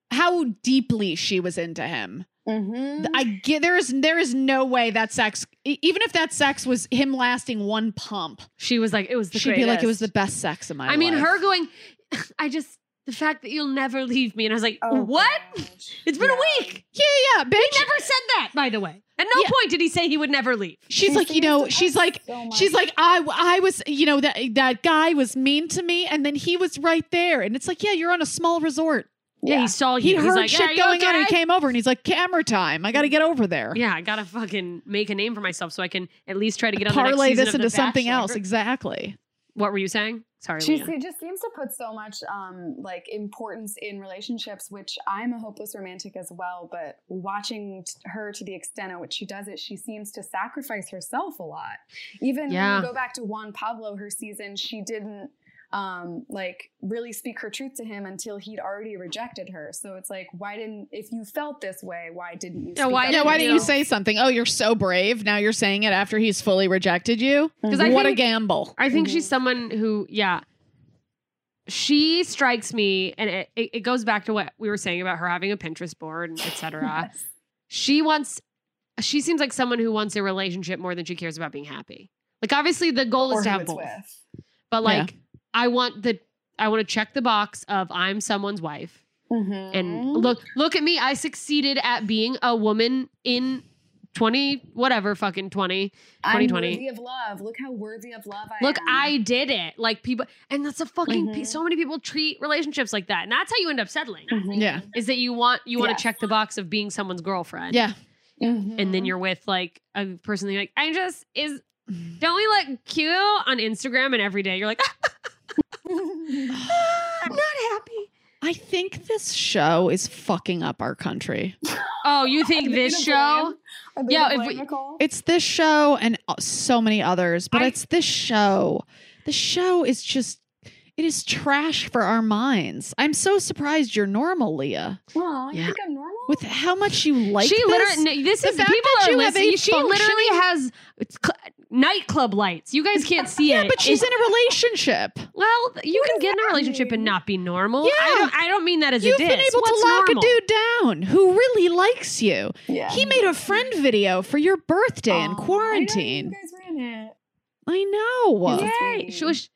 how deeply she was into him. Mm-hmm. I get there is there is no way that sex e- even if that sex was him lasting one pump, She was like, it was the she'd be like it was greatest. the best sex of my life. I mean, her going, I just the fact that you'll never leave me, and I was like, Oh, Oh, what? It's been a week. Yeah, yeah, bitch. He never said that, by the way. At no Yeah. point did he say he would never leave. she's like, you know, she's like she's like I I was, you know, that that guy was mean to me and then he was right there and it's like, yeah, you're on a small resort. Yeah, he saw He you. He's heard like, shit "Are you going on and he okay?" came over and he's like, camera time. I got to get over there. Yeah, I gotta fucking make a name for myself so I can at least try to get on the Parlay next season this of into The something Bachelor. else. Exactly. What were you saying? Sorry, she Leah. se- just seems to put so much um, like importance in relationships, which I'm a hopeless romantic as well. But watching t- her to the extent at which she does it, she seems to sacrifice herself a lot. Even Yeah. when you go back to Juan Pablo, her season, she didn't um, like really speak her truth to him until he'd already rejected her. So it's like, why didn't if you felt this way, why didn't you? Yeah, speak why up Yeah, didn't why for didn't you yourself? say something? Oh, you're so brave. Now you're saying it after he's fully rejected you. 'Cause I Mm-hmm. what a think- gamble. I think Mhm. she's someone who, yeah, she strikes me, and it, it it goes back to what we were saying about her having a Pinterest board, and et cetera. Yes. she wants, she seems like someone who wants a relationship more than she cares about being happy. Like, obviously, the goal Or is to who have it's both, with. but Yeah. like, I want the, I want to check the box of I'm someone's wife, and Mhm. look, look at me, I succeeded at being a woman in twenty whatever fucking twenty. I'm 2020. worthy of love. Look how worthy of love I Look, am. I did it. Like people, and that's a fucking. pe- Mhm. So many people treat relationships like that, and that's how you end up settling. Mhm. Yeah. Is that you want you want Yeah. to check the box of being someone's girlfriend? Yeah. Mhm. and Mm-hmm. then you're with like a person that you're like, I just is. Don't we look cute on Instagram? And every day you're like, I'm not happy. I think this show is fucking up our country. Oh, you Are think they this to show? blame? Are they Yeah, to if blame, we- Nicole? It's this show and uh, so many others, but I- it's this show. The show is just it is trash for our minds. I'm so surprised you're normal, Leah. Aw, you Yeah. think I'm normal? With how much you like she this. literally. This, The is fact people that are you have a listening. She literally functioning- has it's cl- nightclub lights. You guys can't see it. yeah, but she's in It's- a relationship. Well, th- you can does get in a that relationship mean? and not be normal. I Yeah. don't, I don't mean that as You've a diss. been able What's to lock normal? a dude down who really likes you. yeah. He made a friend video for your birthday Aw, I in know you quarantine. guys ran it. I know. Yeah. Yay. She was,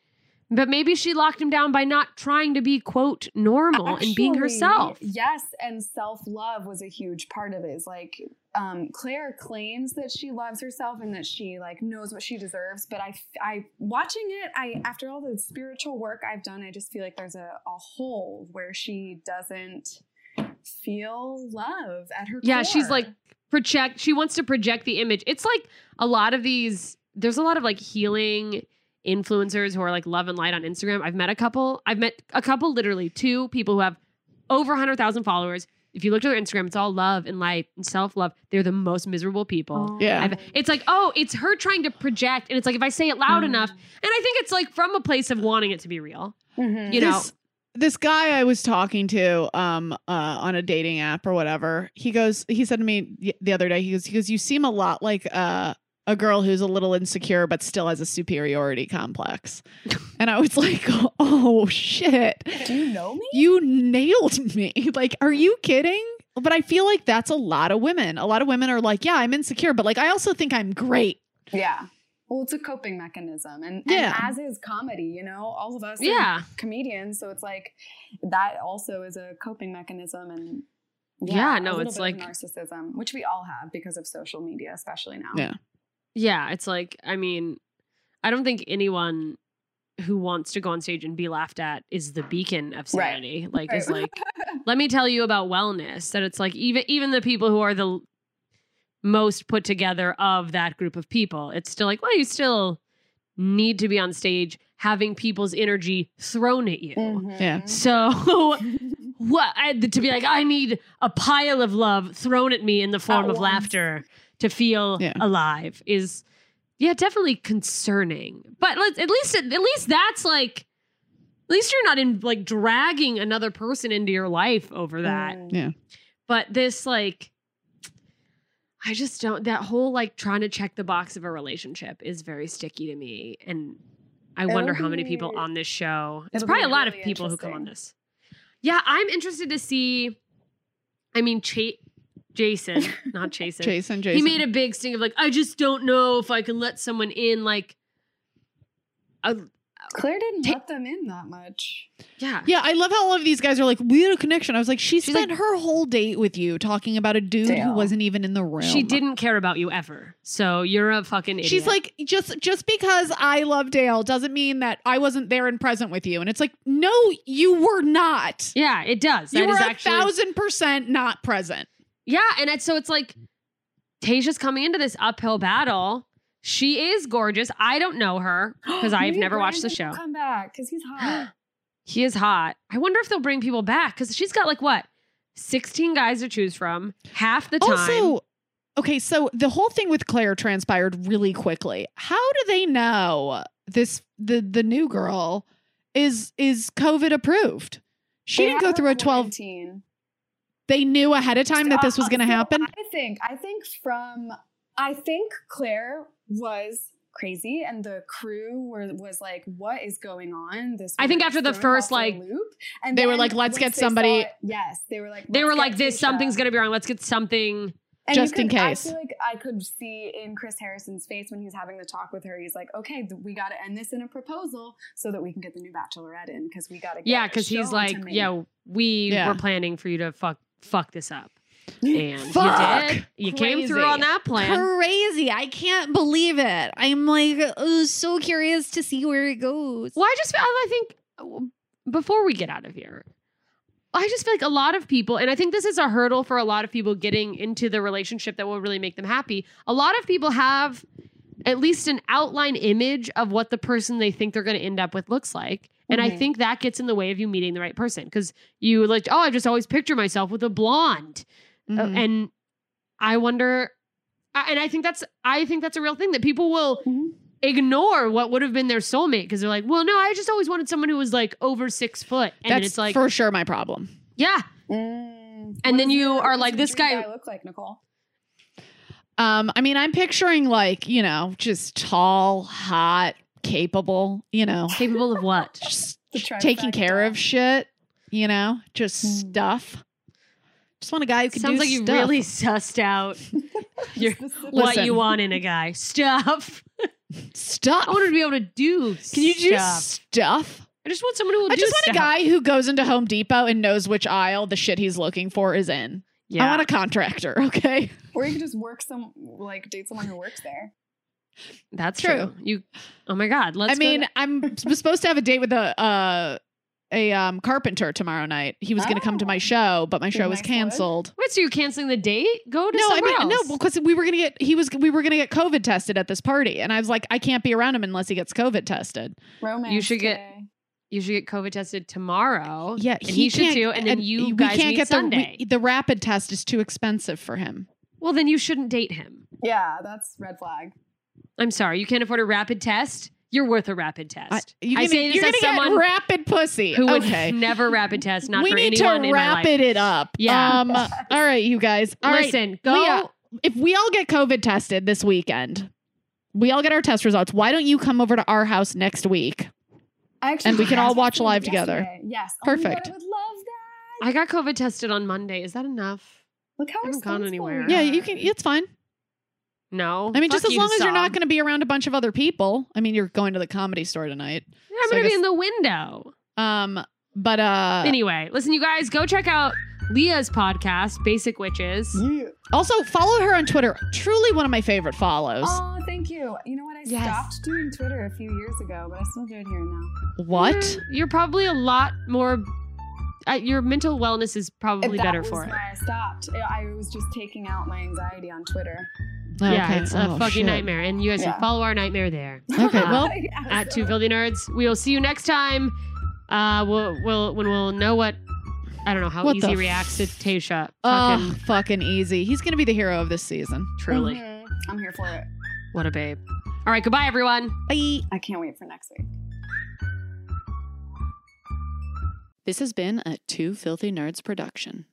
but maybe she locked him down by not trying to be quote normal and being Actually, herself. Yes, and self love was a huge part of it. It's like um, Claire claims that she loves herself and that she like knows what she deserves. But I, I watching it, I after all the spiritual work I've done, I just feel like there's a, a hole where she doesn't feel love at her Yeah, she's core. like project she wants to project the image. It's like a lot of these there's a lot of like healing influencers who are like love and light on Instagram. I've met a couple. I've met a couple literally two people who have over 100,000 followers. If you look at their Instagram, it's all love and light and self-love. They're the most miserable people. Yeah. I've, it's like, "Oh, it's her trying to project." And it's like if I say it Mm-hmm. Mm. loud enough, and I think it's like from a place of wanting it to be real. Mhm. You know. this, this guy I was talking to um uh on a dating app or whatever. He goes he said to me y- the other day he goes he goes you seem a lot like uh a girl who's a little insecure but still has a superiority complex. and I was like, "Oh shit. do you know me? You nailed me. Like are you kidding?" But I feel like that's a lot of women. A lot of women are like, "Yeah, I'm insecure, but like I also think I'm great." Yeah. Well, it's a coping mechanism, and, and Yeah. as is comedy, you know, all of us, are Yeah. comedians. So it's like that also is a coping mechanism, and Yeah, a no, little it's bit of like- narcissism, which we all have because of social media, especially now. Yeah. Yeah, it's like I mean, I don't think anyone who wants to go on stage and be laughed at is the beacon of Right. sanity. Like is Right. like let me tell you about wellness that it's like even even the people who are the l- most put together of that group of people, it's still like well you still need to be on stage having people's energy thrown at you. Mhm. Yeah. So what I, to be like I need a pile of love thrown at me in the form At of once. laughter to feel Yeah. alive is yeah definitely concerning. But let, at least at least that's like at least you're not in like dragging another person into your life over that. Mm. But this like I just don't that whole like trying to check the box of a relationship is very sticky to me and I It'll wonder how many be- people on this show. It's it'll probably a be lot of really people who come on interesting. this. Yeah, I'm interested to see I mean Cha- Jason, not Jason. Jason, Jason. He made a big sting of like I just don't know if I can let someone in like uh, Claire didn't Ta- let them in that much. yeah. Yeah, I love how all of these guys are like, we had a connection. I was like, she She's spent her whole date with you talking about a dude who Dale. wasn't even in the room. She didn't care about you ever. So you're a fucking idiot. She's like, just just because I love Dale doesn't mean that I wasn't there and present with you. And it's like, no, you were not. yeah, it does. you That were is a actually thousand percent not present. Yeah, and it's, so it's like Tasha's coming into this uphill battle. She is gorgeous. I don't know her because I've Maybe never watched the Brandon show. will Come back because he's hot. He is hot. I wonder if they'll bring people back because she's got like what, sixteen guys to choose from. Half the time. Also, okay, so the whole thing with Claire transpired really quickly. How do they know this the the new girl is is COVID approved? She They have didn't go her through a 12 quarantine. they knew ahead of time that this was going to So happen. I think. I think from. I think Claire was crazy, and the crew were was like, "What is going on?" This. I think woman after is the throwing first, off the like- loop. And They were then like, "Let's once get they saw somebody- it- yes, they were like, "Let's they were get like, This Tisha." something's gonna be wrong. Let's get something. And you Just in could- case. I feel like I could see in Chris Harrison's face when he's having the talk with her. He's like, "Okay, th- we got to end this in a proposal so that we can get the new Bachelorette in because we got to." Yeah, because he's like, Yeah, we Yeah. were planning for you to fuck fuck this up. And Fuck. you did. You came through Crazy. on that plan. Crazy. I can't believe it. I'm like oh, so curious to see where it goes. Well, I just feel, I think uh, before we get out of here, I just feel like a lot of people, and I think this is a hurdle for a lot of people getting into the relationship that will really make them happy. A lot of people have at least an outline image of what the person they think they're going to end up with looks like. And I Mhm. think that gets in the way of you meeting the right person because you like, oh, I just always picture myself with a blonde. Mm-hmm. Uh, and i wonder I- and i think that's i think that's a real thing that people will Mm-hmm. Mhm. ignore what would have been their soulmate because they're like well no i just always wanted someone who was like over six foot and That's it's like for sure my problem. yeah Mm. then you are like, "This guy- Look like Nicole. Um, I mean, I'm picturing like you know, just tall, hot, capable. You know, capable of what just The taking care trifecta. of shit. You know, just Mm. stuff. Just want a guy who can Hmm. sounds do like you stuff. really sussed out You're- Specific- what Listen. you want in a guy stuff stuff. i wanted to be able to do Can you do stuff. stuff? i just want someone who will I do just want stuff. a guy who goes into Home Depot and knows which aisle the shit he's looking for is in. yeah I want a contractor. Okay. Or you could just work some, like, date someone who works there. that's true. True. you oh my god let's I go to- mean, I'm s- supposed to have a date with a uh, a um, carpenter tomorrow night. He was going to come to Oh. my show, but my Did show was Max would? canceled. Wait, so you're canceling the date? Go to No, I somewhere mean else. no, because we were going to get he was we were going to get COVID tested at this party, and I was like, I can't be around him unless he gets COVID tested. Romance. You should get- today. you should get COVID tested tomorrow. Yeah, and he, should can't- too. And then you we guys can't meet get the- we- Sunday. The, rapid test is too expensive for him. well, then you shouldn't date him. Yeah, that's red flag. I'm sorry, you can't afford a rapid test. You're worth a rapid test. I, you're I gonna, say this you're as gonna someone get rapid pussy. who would okay. never rapid test. Not we for need to anyone in my wrap life. it, it up. Yeah. Um, all right, you guys. All right. Listen, go. Leah, if we all get COVID tested this weekend, we all get our test results. Why don't you come over to our house next week? I actually And we did can all ask watch him live together. yesterday. Yes. Oh my God, Perfect. I would love that. I got COVID tested on Monday. Is that enough? Look how I haven't gone responsible anywhere. we Yeah, are. you can. It's fine. No. I mean, just Fuck as you, long as you're Saul. not going to be around a bunch of other people. I mean, you're going to the comedy store tonight. Yeah, I'm so I gonna be guess- in the window. Um, but uh, anyway, listen, you guys, go check out Leah's podcast, Basic Witches. also follow her on Twitter. Truly one of my favorite follows. Oh, thank you. You know what? I Yes. stopped doing Twitter a few years ago, but I still do it here and now. what? Mm-hmm. You're, you're probably a lot more. Uh, your mental wellness is probably that better was for it. why I stopped. I I was just taking out my anxiety on Twitter. Yeah, Okay. it's a Oh, fucking shit. nightmare, and you guys Yeah. can follow our nightmare there Uh, Okay. Well, Yes. at Two Filthy Nerds. We will see you next time. Uh, we'll, we'll when we'll know what I don't know how What the easy f- reacts to Tasha. oh, Fucking fucking easy. He's going to be the hero of this season. truly, Mhm. I'm here for it. what a babe. All right, goodbye everyone. Bye. I can't wait for next week. This has been a Two Filthy Nerds production.